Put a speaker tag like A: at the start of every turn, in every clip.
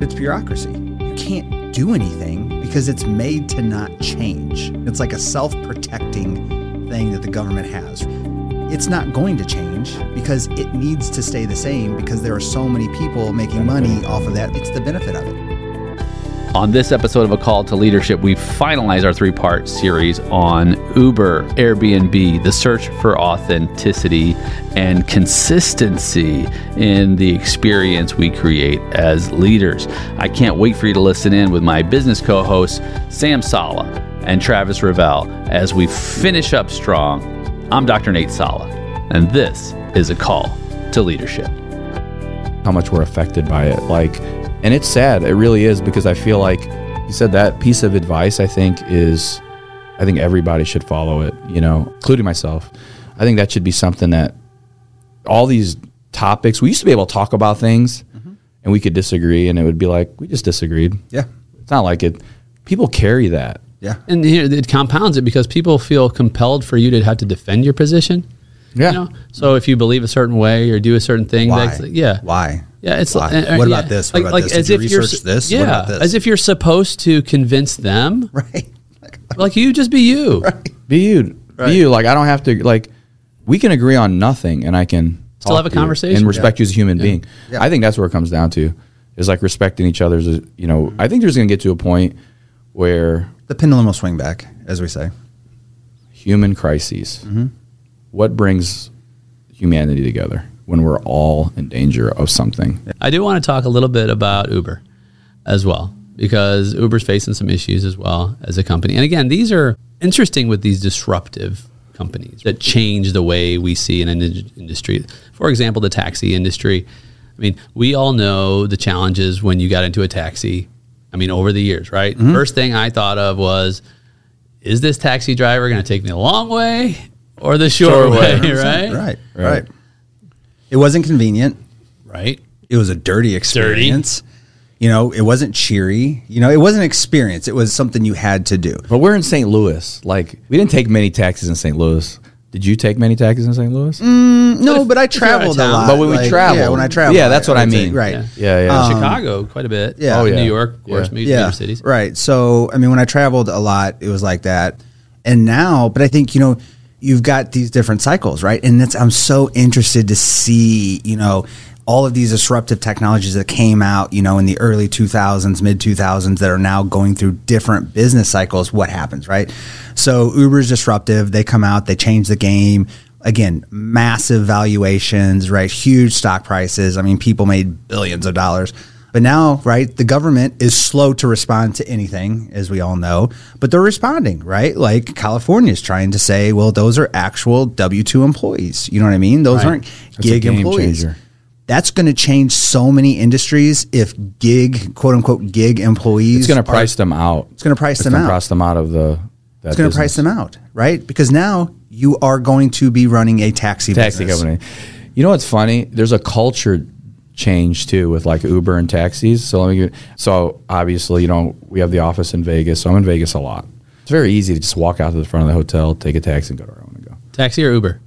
A: It's bureaucracy. You can't do anything because it's made to not change. It's like a self protecting thing that the government has. It's not going to change because it needs to stay the same because there are so many people making money off of that. It's the benefit of it.
B: On this episode of A Call to Leadership, we finalize our three part series on Uber, Airbnb, the search for authenticity and consistency in the experience we create as leaders. I can't wait for you to listen in with my business co hosts, Sam Sala and Travis Ravel, as we finish up strong. I'm Dr. Nate Sala, and this is A Call to Leadership.
C: how much we're affected by it. Like, and it's sad. It really is because I feel like you said that piece of advice. I think is, I think everybody should follow it. You know, including myself. I think that should be something that all these topics we used to be able to talk about things, and we could disagree, and it would be like we just disagreed.
A: Yeah.
C: It's not like it. People carry that.
A: Yeah.
D: And here it compounds it because people feel compelled for you to have to defend your position.
C: Yeah.
D: You know? So if you believe a certain way or do a certain thing,
A: Why?
D: that's yeah.
A: Why?
D: Yeah, it's
A: Why?
D: like uh, uh,
A: what
D: yeah.
A: about this? What about this? Did you
D: you're
A: research
D: s-
A: this?
D: Yeah,
A: What about this?
D: as if you're supposed to convince them.
A: Right.
D: Like you, just be you.
C: Be you. Be you. Like I don't have to. Like we can agree on nothing, and I can
D: Still
C: talk
D: have a
C: to you
D: conversation.
C: and respect you as a human being.
A: Yeah.
C: I think that's where it comes down to is like respecting each other's. You know, I think there's going to get to a point where
A: The pendulum will swing back, as we say.
C: human crises.
A: Mm-hmm.
C: What brings humanity together when we're all in danger of something?
D: I do want to talk a little bit about Uber as well, because Uber's facing some issues as well as a company. And again, these are interesting with these disruptive companies that change the way we see an in- industry. For example, the taxi industry. I mean, we all know the challenges when you got into a taxi. I mean, over the years, right? First thing I thought of was, is this taxi driver going to take me the long way or the short,
C: Short way.
D: way, right?
A: Right. Right. It wasn't convenient.
D: Right.
A: It was a dirty experience. You know, it wasn't cheery. You know, it wasn't an experience. It was something you had to do.
C: But we're in St. Louis. Like we didn't take many taxis in St. Louis. Did you take many taxis in St. Louis?
A: Mm. No, but I traveled a
D: town.
A: lot.
C: But when we
A: like,
C: traveled-
A: yeah, when I traveled,
C: Yeah, that's what I
A: would
C: mean.
A: right?
D: Yeah.
C: Yeah, yeah.
A: Um,
D: Chicago, quite a bit.
A: Yeah. Oh,
C: Um, yeah.
D: New York, of course,
C: Yeah.
D: major,
A: yeah,
D: major cities.
A: right. So I mean, when I traveled a lot, it was like that. And now, but I think you know, you've got these different cycles, right? And that's I'm so interested to see, you know. All of these disruptive technologies that came out, you know, in the early 2000s, mid 2000s, that are now going through different business cycles. What happens, right? So Uber's disruptive. They come out, they change the game. again, massive valuations, right? Huge stock prices. I mean, people made billions of dollars. But now, right, the government is slow to respond to anything, as we all know, but they're responding, right? Like California is trying to say, well, those are actual W 2 employees. You know what I mean? Those aren't
C: a
A: gig
C: game
A: employees.
C: changer.
A: That's going to change so many industries if gig, quote unquote, gig employees.
C: It's going to
A: are-
C: price them out.
A: It's going to price
C: It's
A: them
C: gonna
A: out
C: price them out of the. that
A: it's going to
C: business.
A: price them out, right? Because now you are going to be running a taxi
C: taxi
A: business.
C: company. You know what's funny? There's a culture change too with like Uber and taxis. So let me get, so obviously, you know, we have the office in Vegas. So I'm in Vegas a lot. It's very easy to just walk out to the front of the hotel, take a taxi and go to where I want to go.
D: Taxi or Uber?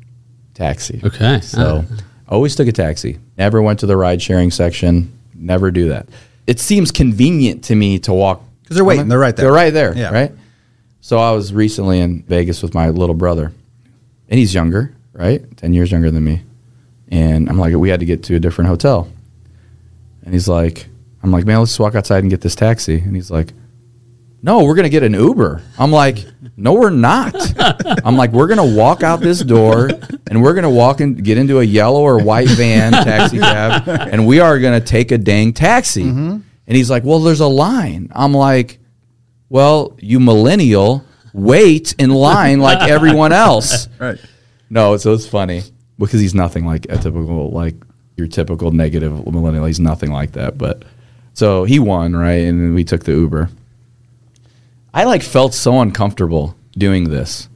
C: Taxi.
D: Okay.
C: So
A: Uh.
C: I always took a taxi. Never went to the ride sharing section. Never do that. It seems convenient to me to walk
A: 'Cause they're waiting. They're right there.
C: They're right there.
A: Yeah.
C: Right. So I was recently in Vegas with my little brother, and he's younger, right? Ten years younger than me. And I'm like, we had to get to a different hotel. And he's like, I'm like, man, let's just walk outside and get this taxi. And he's like, no, we're gonna get an Uber. I'm like, no, we're not. I'm like, we're gonna walk out this door and we're gonna walk and get into a yellow or white van taxi cab, and we are gonna take a dang taxi. And he's like, well, there's a line. I'm like, well, you millennial, wait in line like everyone else.
A: Right.
C: No, so it's funny because he's nothing like a typical like your typical negative millennial. He's nothing like that. But so he won, right? And then we took the Uber. I like felt so uncomfortable doing this.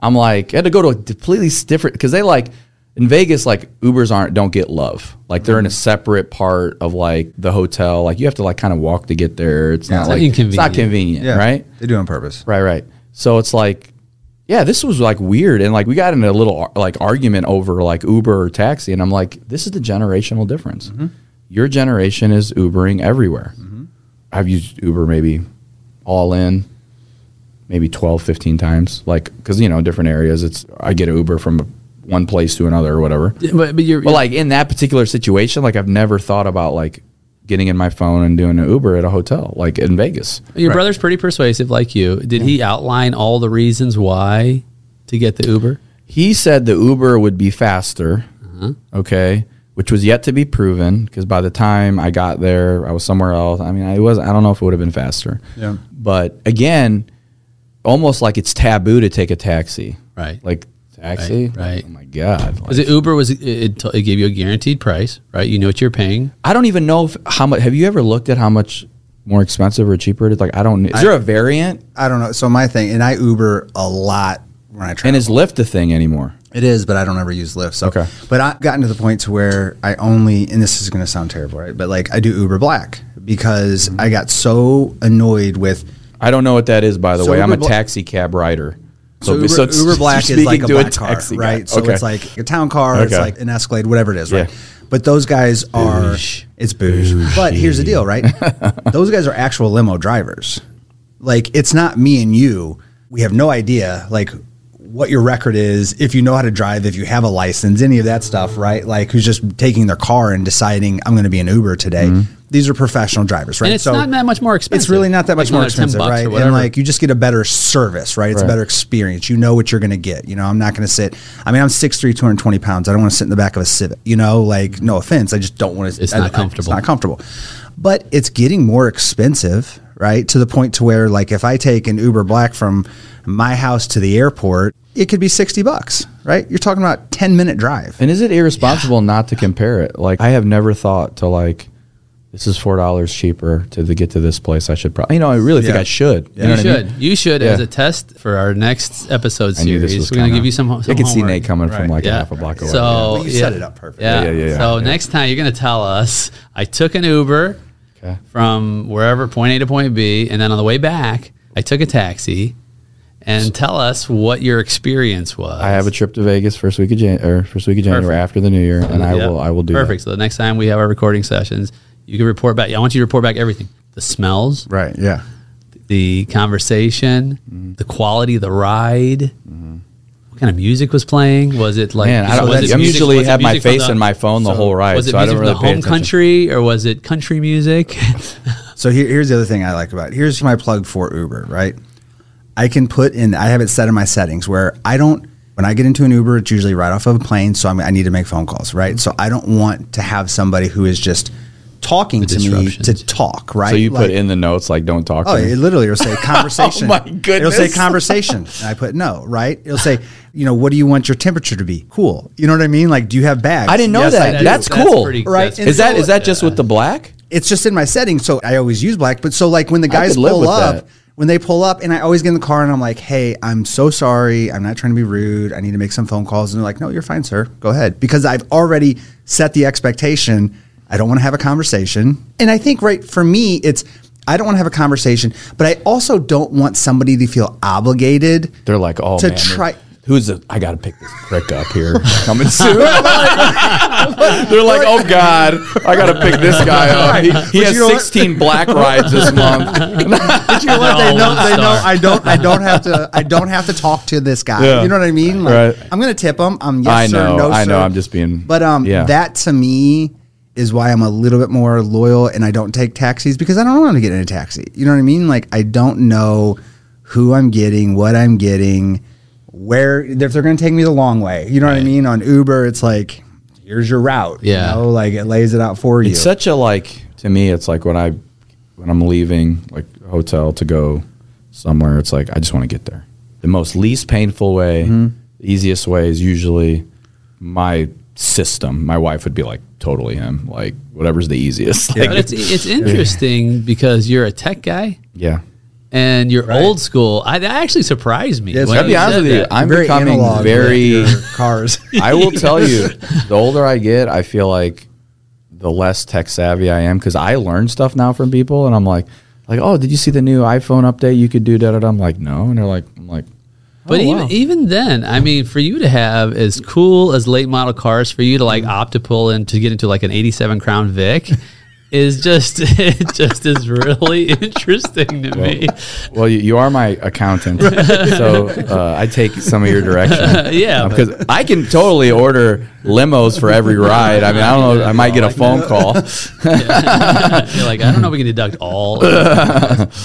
C: I'm like, I had to go to a completely different because they like in Vegas, like Ubers aren't don't get love. Like they're in a separate part of like the hotel. Like you have to like kind of walk to get there. It's not
D: It's
C: like it's not
D: inconvenient.
C: convenient, right?
A: They do on purpose.
C: Right, right. So it's like, yeah, this was like weird, and like we got in a little like argument over like Uber or taxi, and I'm like, this is the generational difference. Your generation is Ubering everywhere. I've used Uber maybe all in maybe 12, 15 times. Like, cause you know, different areas, it's, I get an Uber from one place to another or whatever.
D: But, but you're,
C: But like in that particular situation, like I've never thought about like getting in my phone and doing an Uber at a hotel, like in Vegas.
D: your brother's pretty persuasive, like you. Did he outline all the reasons why to get the Uber?
C: He said the Uber would be faster,
D: Uh-huh.
C: okay, which was yet to be proven because by the time I got there, I was somewhere else. I mean, I was I don't know if it would have been faster.
A: Yeah.
C: But again, almost like it's taboo to take a taxi.
D: Right.
C: Like taxi?
D: Right, right.
C: Oh my god.
D: Because
C: Like,
D: Uber was it, it, t- it gave you a guaranteed price, right? You know what you're paying.
C: I don't even know if, how much have you ever looked at how much more expensive or cheaper it is? Like I don't Is there a variant?
A: I don't know. So my thing, and I Uber a lot when I travel.
C: And is Lyft a thing anymore?
A: It is, but I don't ever use Lyft. So,
C: Okay.
A: but I've gotten to the point to where I only, and this is going to sound terrible, right? But like I do Uber Black because
C: Mm-hmm.
A: I got so annoyed with.
C: I don't know what that is, by the
A: So
C: way. I'm
A: Uber
C: a
A: Bla-
C: taxi cab rider.
A: So, Uber,
C: it's-
A: Uber Black is like
C: speaking
A: a
C: to
A: black car,
C: guy.
A: right? So
C: Okay.
A: it's like a town car, it's
C: Okay.
A: like an Escalade, whatever it is, right?
C: Yeah.
A: But those guys are it's bouge. But here's the deal, right? those guys are actual limo drivers. Like it's not me and you. We have no idea like what your record is, if you know how to drive, if you have a license, any of that stuff, right? Like who's just taking their car and deciding I'm going to be an Uber today.
C: Mm-hmm.
A: These are professional drivers, right?
D: And it's not that much more expensive.
A: It's really not that
D: Like
A: much more
D: another 10
A: expensive,
D: bucks or
A: right?
D: whatever.
A: And like you just get a better service, right? It's
C: Right.
A: a better experience. You know what you're going to get. You know, I'm not going to sit. I mean, I'm 6'3", 220 pounds. I don't want to sit in the back of a Civic. You know, like no offense, I just don't want to.
D: It's
A: I- I-
D: not comfortable.
A: It's not comfortable. But it's getting more expensive, right? To the point to where like if I take an Uber Black from my house to the airport, it could be sixty bucks, right? You're talking about ten minute drive.
C: And is it irresponsible not to compare it? Like I have never thought to like this is four dollars cheaper to the, get to this place. I should probably you know I really think
A: Yeah.
C: I should. You, know
D: You
C: what I
D: should.
C: mean?
D: You should, as
C: Yeah.
D: a test for our next episode
C: I knew this was
D: series, we're going to
C: kinda-
D: give you some. ho- some
C: I could see
D: homework.
C: Nate coming from
A: Right.
C: like a
D: Yeah.
C: half a block away.
D: So
A: Well, you
D: Oh, yeah.
A: set it up perfect.
D: Yeah.
C: Yeah, yeah, yeah,
D: so
C: yeah.
D: next time you're going to tell us I took an Uber
C: Okay.
D: from wherever point A to point B, and then on the way back I took a taxi, and tell us what your experience was.
C: I have a trip to Vegas first week of Jan- or first week of January
D: Perfect.
C: after the New Year, and I
D: Yeah.
C: will I will do
D: perfect. So the next time we have our recording sessions, you can report back. I want you to report back everything: the smells,
A: Right. Yeah.
D: the conversation,
C: Mm-hmm.
D: the quality of the ride. What kind of music was playing? Was it
C: That.
D: like?
C: Mm-hmm. Man, I don't,
D: was it
C: I'm
D: music-
C: usually
D: was it
C: have my
D: music from
C: face
D: the-
C: in my phone the
A: so-
C: whole ride,
D: was it
C: so I
D: music
C: don't
D: from
C: really
D: the
C: pay
D: home
C: attention.
D: country or was it country music?
A: So here, here's the other thing I like about it. Here's my plug for Uber, right? I can put in, I have it set in my settings where I don't, when I get into an Uber, it's usually right off of a plane. So I'm, I need to make phone calls, right?
C: Mm-hmm.
A: So I don't want to have somebody who is just talking to me
D: disruptions.
A: to talk, right?
C: So you
A: Like-
C: put in the notes like don't talk.
A: Oh,
C: to me.
A: it literally will say conversation.
C: my
A: It'll say
C: goodness.
A: conversation. And I put no, right? It'll say, you know, what do you want your temperature to be? Cool. You know what I mean? Like, do you have bags?
C: I didn't know
A: Yes, I
C: that.
A: do.
C: That's
D: That's
C: cool,
D: pretty-
A: Right.
D: that's
A: And
C: Is that
A: so-
C: is that just with the black?
A: it's just in my settings, so I always use black. But so like when the guys
C: could live
A: pull
C: with
A: up,
C: that.
A: when they pull up, and I always get in the car and I'm like, "Hey, I'm so sorry. I'm not trying to be rude. I need to make some phone calls." And they're like, "No, you're fine, sir. Go ahead," because I've already set the expectation. I don't want to have a conversation, and I think right for me, it's I don't want to have a conversation, but I also don't want somebody to feel obligated.
C: They're like, oh
A: To
C: man,
A: try-
C: Who's the? I gotta pick this prick up here. Coming soon. They're like, oh god, I gotta pick this guy up. He, he
A: But
C: has
A: you know what?
C: 16 black rides this month.
A: But you know what? They
D: No,
A: know.
D: one
A: They know.
D: star.
A: I don't. I don't have to. I don't have to talk to this guy.
C: Yeah.
A: You know what I mean? Like,
C: Right.
A: I'm gonna tip him. I'm yes
C: I
A: sir.
C: know,
A: No,
C: I know,
A: sir.
C: I'm just being-
A: But um,
C: yeah.
A: that to me is why I'm a little bit more loyal and I don't take taxis because I don't want to get in a taxi. You know what I mean? Like I don't know who I'm getting, what I'm getting, where if they're gonna take me the long way. You know what I mean? On Uber, it's like here's your route.
D: Yeah.
A: You know? Like it lays it out for you.
C: It's such a like to me. It's like when I when I'm leaving like a hotel to go somewhere. It's like I just want to get there. The most least painful way, the easiest way is usually my system. My wife would be like, totally him. Like whatever's the easiest. Like,
D: but it's it's interesting because you're a tech guy
C: yeah.
D: and you're old school. I, that actually surprised me.
A: Yes,
D: when
A: I'll
C: I'll be
D: you
C: honest
D: said
C: with you.
D: that.
C: I'm
A: Very
C: becoming
A: analog with
C: very.
A: your cars.
C: I will tell you, the older I get, I feel like the less tech savvy I am because I learn stuff now from people, and I'm like, like, oh, did you see the new iPhone update? You could do da da da. I'm like, no, and they're like, I'm like,
D: But
C: oh,
D: even
C: wow.
D: even then, I mean, for you to have as
C: Mm-hmm.
D: cool as late model cars, for you to like opt to pull in to get into like an '87 Crown Vic, is just it just is really interesting to me.
C: Well, you, you are my accountant, so uh, I take some of your direction.
D: Yeah,
C: Uh,
D: but-
C: because I can totally order limos for every ride. I mean, I don't know. I might get a
A: uh,
C: phone call.
D: You're like, I don't know if we can deduct all of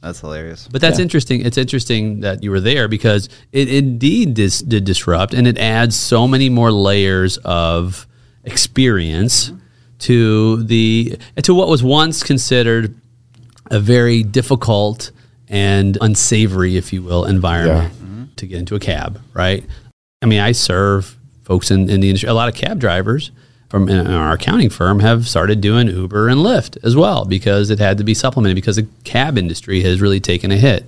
A: That's hilarious.
D: But that's interesting. It's interesting that you were there because it indeed dis- did disrupt, and it adds so many more layers of experience to the to what was once considered a very difficult and unsavory, if you will, environment to get into a cab. Right? I mean, I serve folks in, in the industry. A lot of cab drivers from in our accounting firm have started doing Uber and Lyft as well because it had to be supplemented because the cab industry has really taken a hit.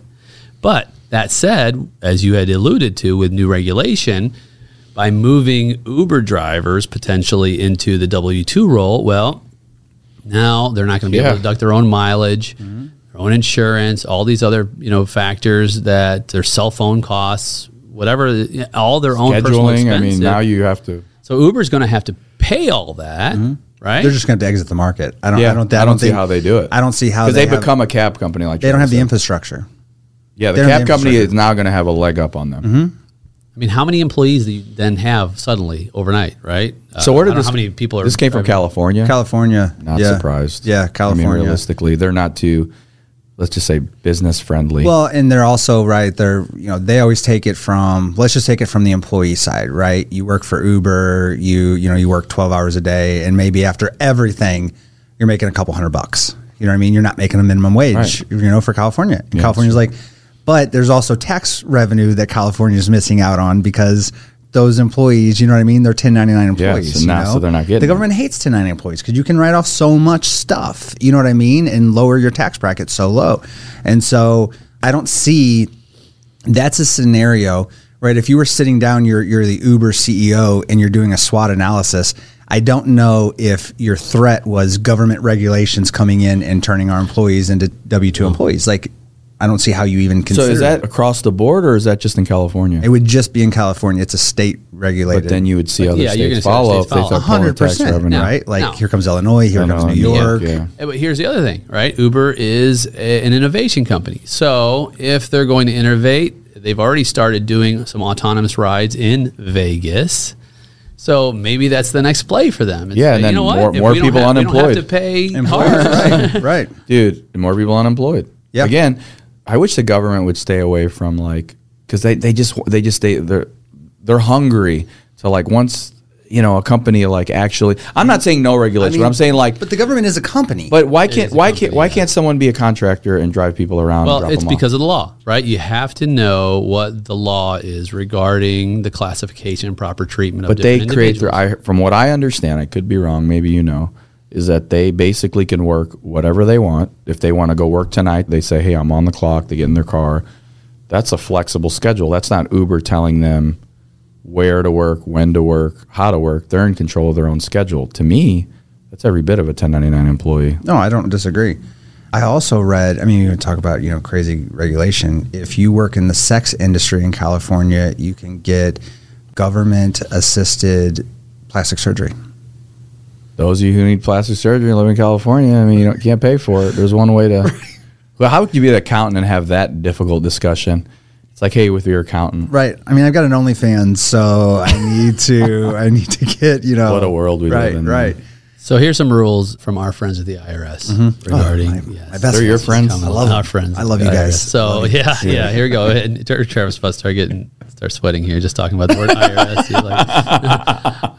D: But that said, as you had alluded to with new regulation, by moving Uber drivers potentially into the W 2 role, well, now they're not going to be
C: Yeah. Mm-hmm.
D: able to deduct their own mileage, their own insurance, all these other you know factors that their cell phone costs, whatever, all their own personal
C: Scheduling. I mean,
D: expenses.
C: now you have to.
D: So Uber's going to have to pay all that,
C: Mm-hmm.
D: right?
A: They're just going to have to exit the market. I don't.
C: Yeah,
A: I don't.
C: I don't see
A: think-
C: how they do it.
A: I don't see how
C: Because they,
A: have-
C: become a cab company. Like
A: They don't
C: Travis
A: have the
C: said.
A: infrastructure.
C: Yeah, the
A: they don't have
C: cab
A: the
C: company
A: infrastructure. Mm-hmm.
C: is now going to have a leg up on them.
D: I mean, how many employees do you then have suddenly overnight, right? Uh,
C: So where
D: I
C: did
D: don't know
C: this?
D: how many people are?
C: This came from
D: driving.
C: California.
A: California.
C: Not
A: yeah.
C: surprised.
A: Yeah, California.
C: I mean, realistically, they're not too. Let's just say business friendly.
A: Well, and they're also right. They're you know they always take it from let's just take it from the employee side, right? You work for Uber, you you know you work twelve hours a day, and maybe after everything, you're making a couple hundred bucks. You know what I mean? You're not making a minimum wage,
C: Right.
A: you know, for California. And California's like, but there's also tax revenue that California's missing out on because those employees, you know what I mean? They're 1099
C: Yeah,
A: employees.
C: so
A: you
C: now-
A: know?
C: so they're not getting
A: the
C: it.
A: government hates 1099 employees because you can write off so much stuff. You know what I mean? And lower your tax bracket so low. And so I don't see that's a scenario, right? If you were sitting down, you're you're the Uber CEO and you're doing a SWOT analysis. I don't know if your threat was government regulations coming in and turning our employees into W two employees. Like, I don't see how you even
C: Hmm. so
A: consider.
C: is
A: it.
C: that across the board or is that just in California?
A: It would just be in California. It's a state regulated.
C: but then you would see other
D: yeah, you're gonna
C: states
D: see other
C: follow
D: states
C: if they
D: follow.
C: start pulling
A: hundred
C: tax
A: percent,
C: revenue.
A: right? Like
D: No.
A: here comes Illinois, here comes
C: Illinois,
A: New
C: New
A: York.
C: York, yeah.
D: Yeah, Eh, But here's the other thing, right? Uber is a, an innovation company. So if they're going to innovate, they've already started doing some autonomous rides in Vegas. So maybe that's the next play for them. It's
C: Yeah, and
D: like,
C: then more-
D: If
C: more
D: we don't
C: people
D: have- We
C: unemployed.
D: don't have to pay cars.
A: right, right.
C: Dude, more people unemployed.
A: Yeah.
C: Again, I wish the government would stay away from like because they, they just they just they they're they're hungry to like once you know a company like actually I'm not saying no regulation, but I'm saying like
A: But the government is a company.
C: but why can't
D: a
C: why
D: company,
C: can't why
D: yeah.
C: can't someone be a contractor and drive people around? and
D: Well,
C: drop
D: it's
C: them off?
D: because of the law, right? You have to know what the law is regarding the classification and proper treatment of
C: But they
D: different
C: create their.
D: individuals.
C: I, from what I understand, I could be wrong. Maybe you know, is that they basically can work whatever they want. If they want to go work tonight, they say, "Hey, I'm on the clock." They get in their car. That's a flexible schedule. That's not Uber telling them where to work, when to work, how to work. They're in control of their own schedule. To me, that's every bit of a 1099 employee.
A: No, I don't disagree. I also read, I mean, you talk about, you know, crazy regulation. If you work in the sex industry in California, you can get government assisted plastic surgery.
C: Those of you who need plastic surgery and live in California, I mean, you don't- can't pay for it. There's one way to. Well, how could you be an accountant and have that difficult discussion? It's like, hey, with your accountant.
A: Right. I mean, I've got an OnlyFans, so I need to, I need to get, you know.
C: What a world we live
A: right,
C: in.
A: Right.
D: So here's some rules from our friends at the IRS regarding
A: Mm-hmm. Oh, My,
D: yes.
A: my best
C: They're your friends?
A: I
D: I
A: love
D: love our
A: them.
D: friends.
A: I love you
D: at the
A: guys.
D: IRS. So yeah, yeah. Here we go. And Tra- Travis about to start getting start sweating here just talking about the word IRS. He's like,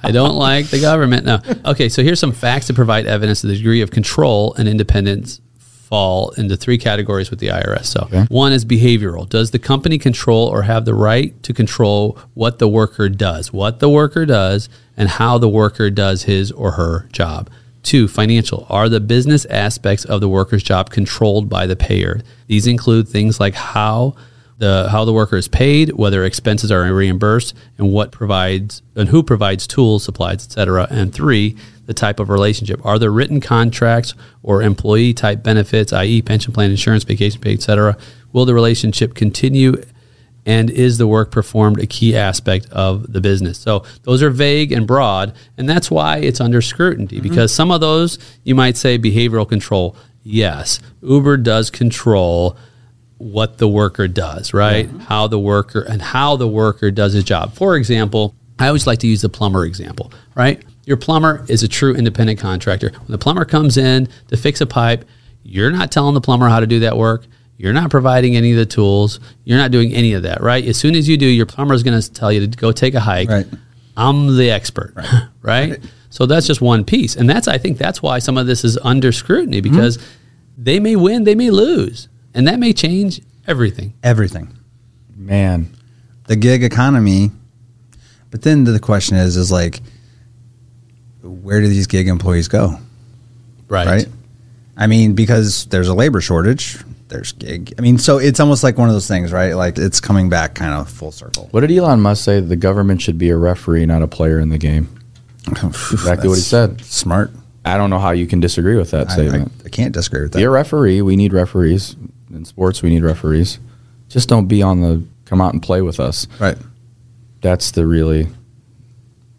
D: I don't like the government. No. Okay. So here's some facts that provide evidence of the degree of control and independence fall into three categories with the IRS. So one is behavioral. Does the company control or have the right to control what the worker does, what the worker does, and how the worker does his or her job? Two, financial. Are the business aspects of the worker's job controlled by the payer? These include things like how the how the worker is paid, whether expenses are reimbursed, and what provides and who provides tools, supplies, etc. And three, the type of relationship: are there written contracts or employee e, type benefits, i.e., pension plan, insurance, vacation pay, etc. Will the relationship continue And is the work performed a key aspect of the business? So those are vague and broad, and that's why it's under scrutiny because some of those you might say behavioral control. Yes, Uber does control what the worker does, right? How the worker and how the worker does his job. For example, I always like to use the plumber example, right? Your plumber is a true independent contractor. When the plumber comes in to fix a pipe, you're not telling the plumber how to do that work. You're not providing any of the tools. You're not doing any of that, right? As soon as you do, your plumber is going to tell you to go take a hike.
A: Right.
D: I'm the expert, right? So that's just one piece. And that's, I think that's why some of this is under scrutiny because they may win, they may lose, and that may change everything.
A: Everything.
C: Man,
A: the gig economy. But then the question is, is like, where do these gig employees go?
D: Right.
A: Right. I mean, because there's a labor shortage, there's gig. I mean, so it's almost like one of those things, right? Like it's coming back kind of full circle.
C: what did Elon Musk say? The government should be a referee, not a player in the game.
A: exactly
C: what he said.
A: Smart.
C: I don't know how you can disagree with
A: I,
C: that
A: I,
C: statement.
A: I can't disagree with that.
C: be a referee. We need referees in sports. We need referees. Just don't be on the come out and play with us.
A: right.
C: That's the really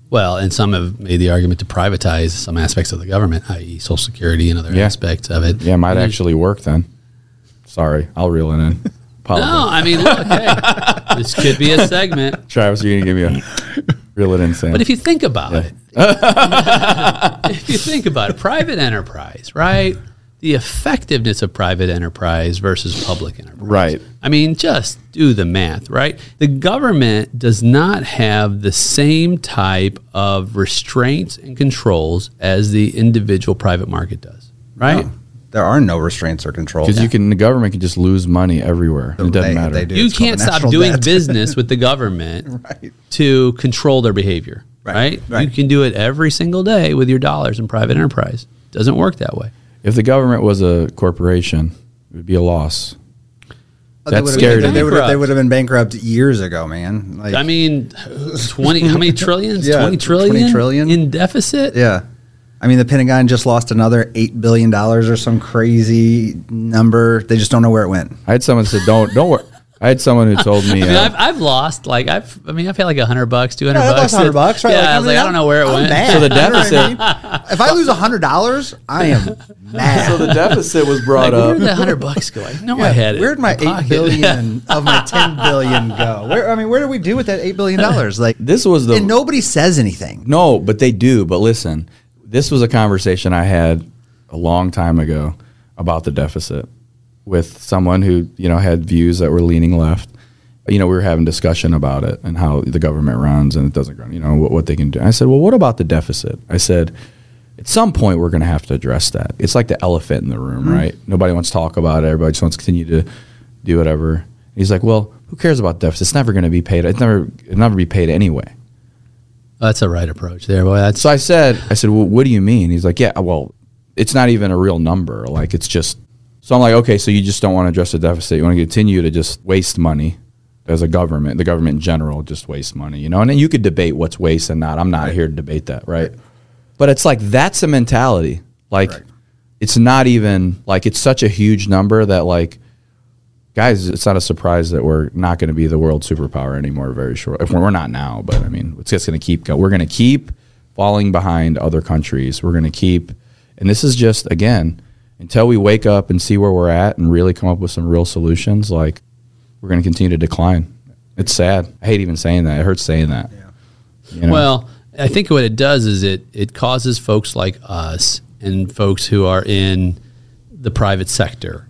D: Well, and some have made the argument to privatize some aspects of the government, i.e., Social Security and other
C: Yeah.
D: aspects of it.
C: yeah might
D: And-
C: actually work then. Sorry, I'll reel it in. Apologies.
D: No, I mean, look, hey, this could be a segment.
C: Travis, you're gonna give me a reel it in, Sam.
D: But if you think about it, if you think about it, private enterprise, right? The effectiveness of private enterprise versus public enterprise.
C: Right.
D: I mean, just do the math, right? The government does not have the same type of restraints and controls as the individual private market does, right?
A: There are no restraints or controls.
C: because you can, the government can just lose money everywhere. It doesn't
A: They-
C: matter.
A: they do.
D: You
A: It's called
D: can't
A: the
D: stop
A: national
D: doing
A: debt.
D: business with the government
A: Right.
D: to control their behavior,
A: Right,
D: right? You
A: right.
D: can do it every single day with your dollars in private enterprise. Doesn't work that way.
C: If the government was a corporation, it would be a loss.
A: Oh, they
C: That's
A: would've-
C: scary to
A: They
C: me.
A: would have they would have been bankrupt years ago, man. Like,
D: I mean, 20, how many trillions?
A: Yeah,
D: 20 trillion?
A: 20 trillion.
D: In deficit?
A: Yeah. I mean, the Pentagon just lost another eight billion dollars or some crazy number. They just don't know where it went.
C: I had someone said, "Don't, don't worry." I had someone who told me,
D: I mean,
C: uh,
D: I've, I've lost like I've I mean I've had like hundred bucks, two hundred
A: Yeah, I
D: bucks,
A: lost 100 bucks, right?
D: Yeah,
A: Like,
D: I was like, I
A: mean,
D: don't know where it
A: I'm
D: went.
A: mad.
C: So
A: You
C: the
A: know what I
C: deficit-
A: mean? if I lose hundred dollars, I am mad.
C: "So the deficit was brought
D: Like, where did
C: up."
D: that hundred bucks go? I know
A: Yeah,
D: I had it.
A: where'd my
D: in my
A: eight
D: pocket.
A: billion of my ten billion go? Where I mean, where do we do with that eight billion dollars? Like
C: This was the
A: and nobody says anything.
C: No, but they do. But listen, this was a conversation I had a long time ago about the deficit with someone who, you know, had views that were leaning left. You know, we were having discussion about it and how the government runs and it doesn't run, you know, what, what they can do. I said, well, what about the deficit? I said, at some point, we're going to have to address that. It's like the elephant in the room, right? Nobody wants to talk about it. Everybody just wants to continue to do whatever. And he's like, well, who cares about deficit? It's never going to be paid. It's never, it'll never be paid anyway.
D: That's a right approach there, boy. That's
C: So I said, I said, well, what do you mean? He's like, yeah, well, it's not even a real number. Like, it's just. So I'm like, okay, so you just don't want to address the deficit. You want to continue to just waste money as a government, the government in general, just waste money, you know? And then you could debate what's waste and not. I'm not here to debate that, right? But it's like, that's a mentality. Like, it's not even, like, it's such a huge number that, like, guys, it's not a surprise that we're not going to be the world superpower anymore very short. If we're not now, but I mean, it's just going to keep going. We're going to keep falling behind other countries. We're going to keep, and this is just again until we wake up and see where we're at and really come up with some real solutions. Like we're going to continue to decline. It's sad. I hate even saying that. It hurts saying that. You know?
D: Well, I think what it does is it it causes folks like us and folks who are in the private sector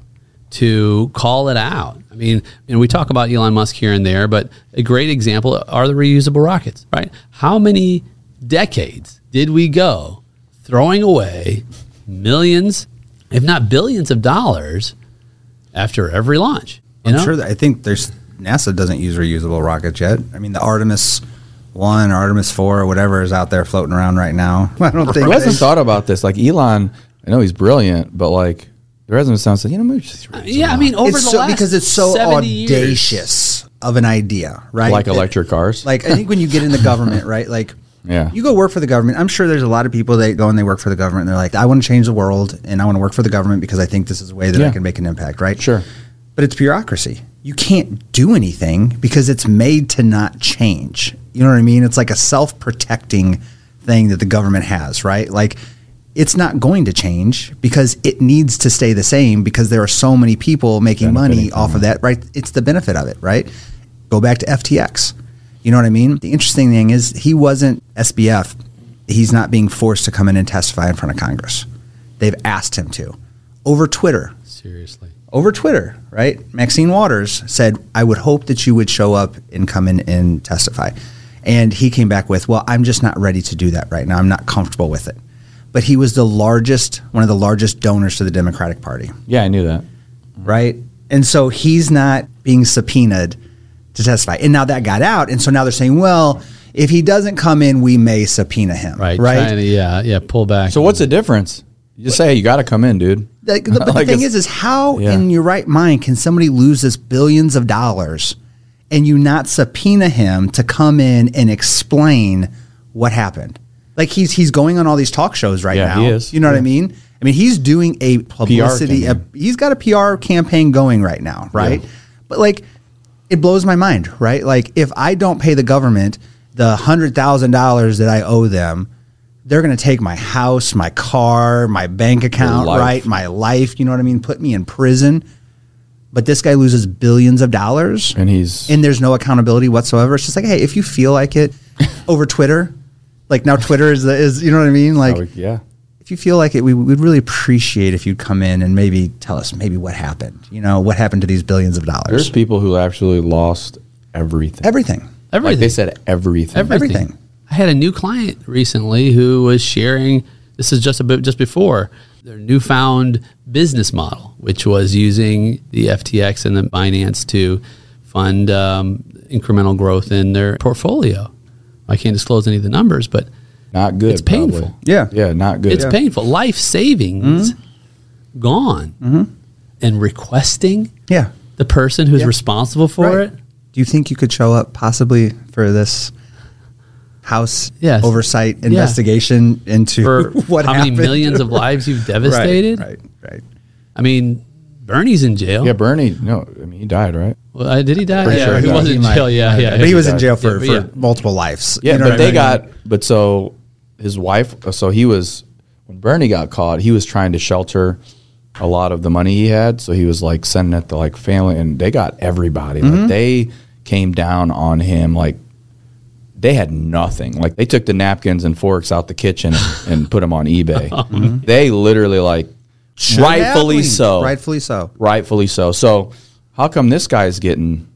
D: to call it out. I mean, and we talk about Elon Musk here and there, but a great example are the reusable rockets, right? How many decades did we go throwing away millions, if not billions of dollars after every launch? You
A: I'm
D: know?
A: sure. That, I think there's NASA doesn't use reusable rockets yet. I mean, the Artemis one, Artemis four, or whatever is out there floating around right now. I don't think
C: who hasn't
A: they-
C: thought about this? Like Elon, I know he's brilliant, but like there hasn't been someone say, you know, maybe just
D: yeah, I mean, over
A: it's
D: the
A: so,
D: last
A: because it's so
D: 70 years.
A: audacious of an idea, right?
C: like
A: It-
C: electric cars.
A: Like I think when you get in the government, right? Like
C: Yeah.
A: you go work for the government. I'm sure there's a lot of people that go and they work for the government. And they're like, I want to change the world and I want to work for the government because I think this is a way that I
C: Yeah.
A: can make an impact, right?
C: Sure.
A: but it's bureaucracy. You can't do anything because it's made to not change. You know what I mean? It's like a self protecting thing that the government has, right? Like it's not going to change because it needs to stay the same because there are so many people making money off of that, right? It's the benefit of it, right? Go back to FTX. You know what I mean? The interesting thing is he wasn't SBF. He's not being forced to come in and testify in front of Congress. They've asked him to over Twitter
D: Seriously.
A: over Twitter, right? Maxine Waters said, I would hope that you would show up and come in and testify. And he came back with, Well, I'm just not ready to do that right now. I'm not comfortable with it. But he was the largest, one of the largest donors to the Democratic Party,
C: Yeah, I knew that.
A: right? And so he's not being subpoenaed to testify. And now that got out. And so now they're saying, Well, if he doesn't come in, we may subpoena him.
D: Right.
A: Right.
D: China, yeah. Yeah. Pull back.
C: So what's the difference? You just say, hey, you got to come in, dude.
A: Like, the, but the
C: Like
A: thing
C: it's-
A: is, is how
C: Yeah.
A: in your right mind can somebody lose this billions of dollars and you not subpoena him to come in and explain what happened? Like he's he's going on all these talk shows right
C: Yeah,
A: now.
C: he is.
A: You know what I
C: Yeah.
A: mean? I mean, he's doing a publicity. a-
C: campaign.
A: he's got a PR campaign going right now, right? But like, it blows my mind, right? Like, if I don't pay the government the hundred thousand dollars that I owe them, they're going to take my house, my car, my bank account,
C: life.
A: right? My life. You know what I mean? Put me in prison. But this guy loses billions of dollars,
C: And he's
A: and there's no accountability whatsoever. It's just like, hey, if you feel like it, over Twitter, like now Twitter is the, is you know what I mean? Like,
C: yeah.
A: if you feel like it, we would really appreciate if you'd come in and maybe tell us maybe what happened. You know, what happened to these billions of dollars?
C: There's people who actually lost everything.
A: everything.
D: everything?
C: Like they said everything.
D: everything.
A: Everything.
D: I had a new client recently who was sharing. This is just a bit just before their newfound business model, which was using the FTX and the Binance to fund um, incremental growth in their portfolio. I can't disclose any of the numbers, but
C: Not good.
D: It's painful.
C: probably.
A: Yeah.
C: Yeah, not good.
D: it's painful. Life savings gone, and requesting
A: Yeah.
D: the person who's
A: Yeah.
D: responsible for
A: Right.
D: it.
A: Do you think you could show up possibly for this House
D: Yes.
A: oversight
D: Yeah.
A: investigation into
D: For
A: what
D: how
A: happened?
D: many millions of lives you've devastated?
A: Right, right, right.
D: I mean, Bernie's in jail.
C: Yeah, Bernie. No, I mean he died, right?
D: Well, uh, did he die?
C: Pretty
D: yeah,
C: sure
D: he
C: he
D: was
C: died.
D: in
A: He
D: jail.
A: might-
D: yeah, yeah,
A: But he was in jail
D: Yeah,
A: for,
D: but
A: for
D: yeah.
A: multiple lives.
C: Yeah,
A: You know
C: but
A: what I
C: they
A: mean?
C: got. But so his wife. So he was when Bernie got caught. He was trying to shelter a lot of the money he had. So he was like sending it to like family, and they got everybody.
A: Mm-hmm.
C: Like they came down on him. Like they had nothing. Like they took the napkins and forks out the kitchen and put them on eBay.
A: Mm-hmm.
C: They literally like.
A: Should have
C: rightfully
A: been.
C: so.
A: Rightfully so.
C: rightfully so. So, how come this guy's getting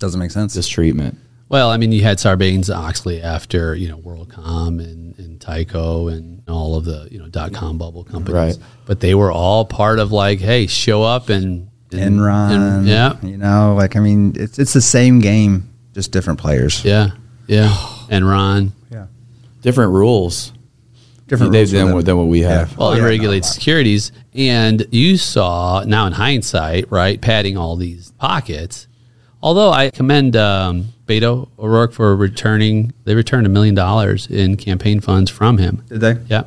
A: Doesn't make sense.
C: this treatment?
D: Well, I mean, you had Sarbanes Oxley after you know WorldCom and and Tyco and all of the you know dot com bubble companies,
C: Right.
D: but they were all part of like, hey, show up and, and
A: Enron.
D: and- yeah,
A: You know, like I mean, it's it's the same game, just different players.
D: yeah, yeah, Enron.
A: Yeah.
C: Different rules.
A: Different
C: They-
A: rules
C: than
A: for
C: what-
A: them.
C: than what we have.
D: Well,
A: Oh,
D: it
A: yeah, no,
D: regulates securities, and you saw now in hindsight, right, padding all these pockets. Although I commend um, Beto O'Rourke for returning, they returned a million dollars in campaign funds from him.
A: Did they?
D: Yeah.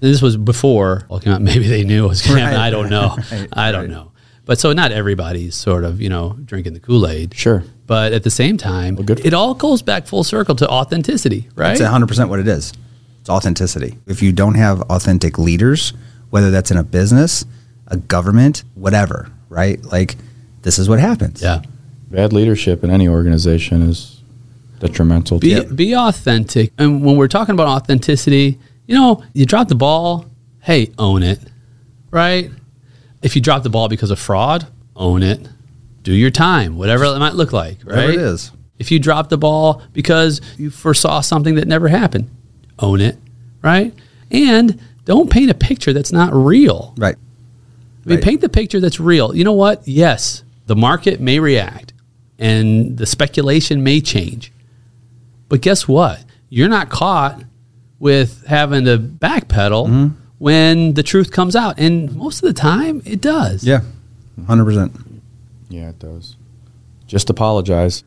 D: This was before all came out. Maybe they knew it was going to happen.
A: Right.
D: I don't know.
A: Right,
D: I don't
A: right.
D: know. But so not everybody's sort of, you know, drinking the Kool Aid.
C: Sure.
D: But at the same time,
C: good for-
D: it all goes back full circle to authenticity, right?
A: That's 100% what it is. It's authenticity. If you don't have authentic leaders, whether that's in a business, a government, whatever, right? Like, this is what happens.
D: yeah.
C: Bad leadership in any organization is detrimental.
D: Be,
C: to
D: be authentic. And when we're talking about authenticity, you know, you drop the ball, hey, own it, right? If you drop the ball because of fraud, own it. Do your time, whatever it might look like, right?
A: Whatever it is.
D: If you drop the ball because you foresaw something that never happened, own it, right? And don't paint a picture that's not real.
A: Right.
D: I mean,
A: Right.
D: paint the picture that's real. You know what? Yes, the market may react and the speculation may change. But guess what? You're not caught with having to backpedal
C: Mm-hmm.
D: when the truth comes out. And most of the time, it does.
A: Yeah. 100%.
C: yeah, it does. Just apologize.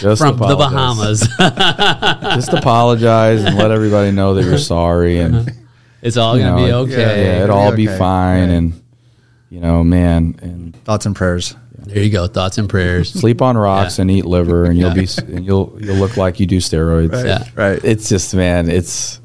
C: Just
D: From the
C: apologize.
D: Bahamas.
C: Just apologize and let everybody know that you're sorry and
D: it's all
C: you
D: going to
C: know,
D: Uh-huh. be
C: it-
D: okay.
C: Yeah,
A: it'll
C: it'll all be
A: okay.
C: fine and you you know, man, and
A: Thoughts and prayers.
D: There you go. Thoughts and prayers.
C: sleep on rocks and eat liver, and you'll be s- and you'll you'll look like you do steroids.
D: Yeah.
A: Right.
C: It's just man, it's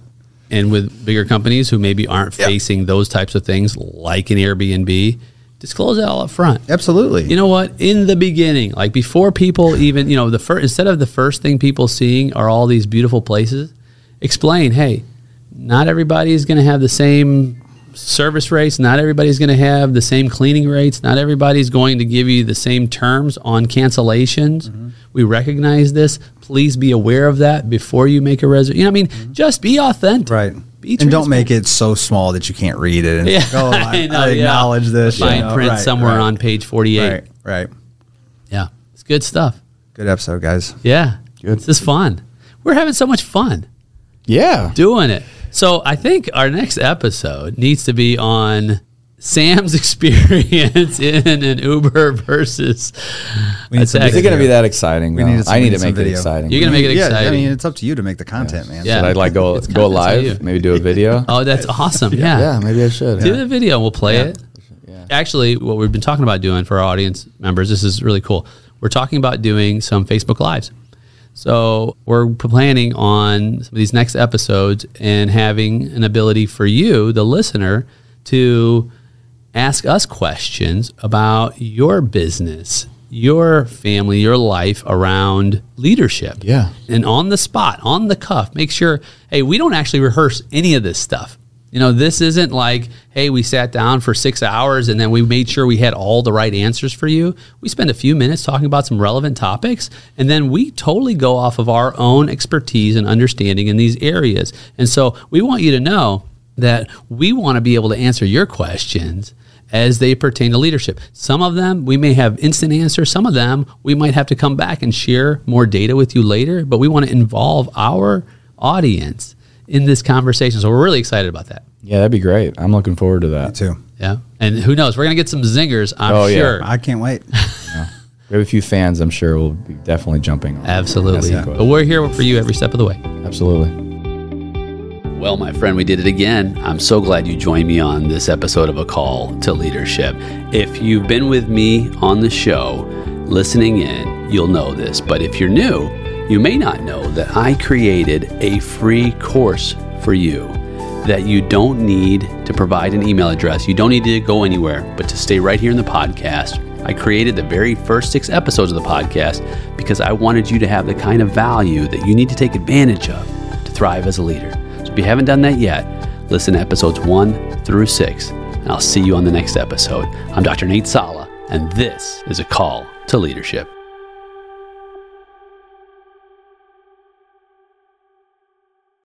D: and with bigger companies who maybe aren't facing those types of things like an Airbnb, disclose it all up front.
A: Absolutely.
D: You know what? In the beginning, like before people even, you know, the first instead of the first thing people seeing are all these beautiful places, explain, hey, not everybody is going to have the same service rates, not everybody's going to have the same cleaning rates, not everybody's going to give you the same terms on cancellations.
A: Mm-hmm.
D: We recognize this. Please be aware of that before you make a reservation. You know, what I mean, just be authentic.
A: Mm-hmm. right.
D: Be
A: and don't
D: transparent.
A: make it so small that you can't reed it. And
D: Yeah,
A: go, I,
D: I know,
A: I
D: yeah.
A: acknowledge this. you
D: fine
A: know,
D: print
A: right,
D: somewhere
A: right,
D: on page 48.
A: Right. Right.
D: Yeah. It's good stuff.
A: Good episode, guys.
D: Yeah.
C: Good.
D: This is fun. We're having so much fun
C: yeah.
D: doing it. So I think our next episode needs to be on Sam's experience in an Uber versus
A: We need
D: a
A: some
D: taxi.
C: Is it going to be that exciting?
A: We
C: though?
A: needed some-
C: I
A: we
C: need
A: need
C: to
A: some
C: make it
A: video.
C: exciting.
D: You're going to make it
A: yeah,
D: exciting.
A: I mean, it's up to you to make the content, man.
D: Yeah.
C: Should I like go
D: It's
C: go
D: kinda- it's up
C: live?
D: to you.
C: Maybe do a video.
D: oh, that's awesome. Yeah.
C: yeah, maybe I should.
D: Do the video. We'll play it.
C: Yeah.
D: Actually, what we've been talking about doing for our audience members, this is really cool. We're talking about doing some Facebook Lives. So we're planning on some of these next episodes and having an ability for you, the listener, to ask us questions about your business, your family, your life around leadership.
C: Yeah.
D: And on the spot, on the cuff, make sure, hey, we don't actually rehearse any of this stuff. You know, this isn't like, hey, we sat down for six hours and then we made sure we had all the right answers for you. We spend a few minutes talking about some relevant topics and then we totally go off of our own expertise and understanding in these areas. And so we want you to know that we want to be able to answer your questions as they pertain to leadership. Some of them we may have instant answers, some of them we might have to come back and share more data with you later, but we want to involve our audience in this conversation. So we're really excited about that.
C: Yeah, that'd be great. I'm looking forward to that.
A: Too.
D: Yeah. And who knows, we're going to get some zingers, I'm
C: Oh, yeah.
D: sure.
A: I can't wait.
C: We have a few fans, I'm sure, will be definitely jumping on.
D: Absolutely.
C: Yeah.
D: But we're here for you every step of the way.
C: Absolutely.
D: Well, my friend, we did it again. I'm so glad you joined me on this episode of A Call to Leadership. If you've been with me on the show, listening in, you'll know this. But if you're new, you may not know that I created a free course for you that you don't need to provide an email address. You don't need to go anywhere, but to stay right here in the podcast. I created the very first six episodes of the podcast because I wanted you to have the kind of value that you need to take advantage of to thrive as a leader. So if you haven't done that yet, listen to episodes one through six, and I'll see you on the next episode. I'm Dr. Nate Sala, and this is a call to leadership.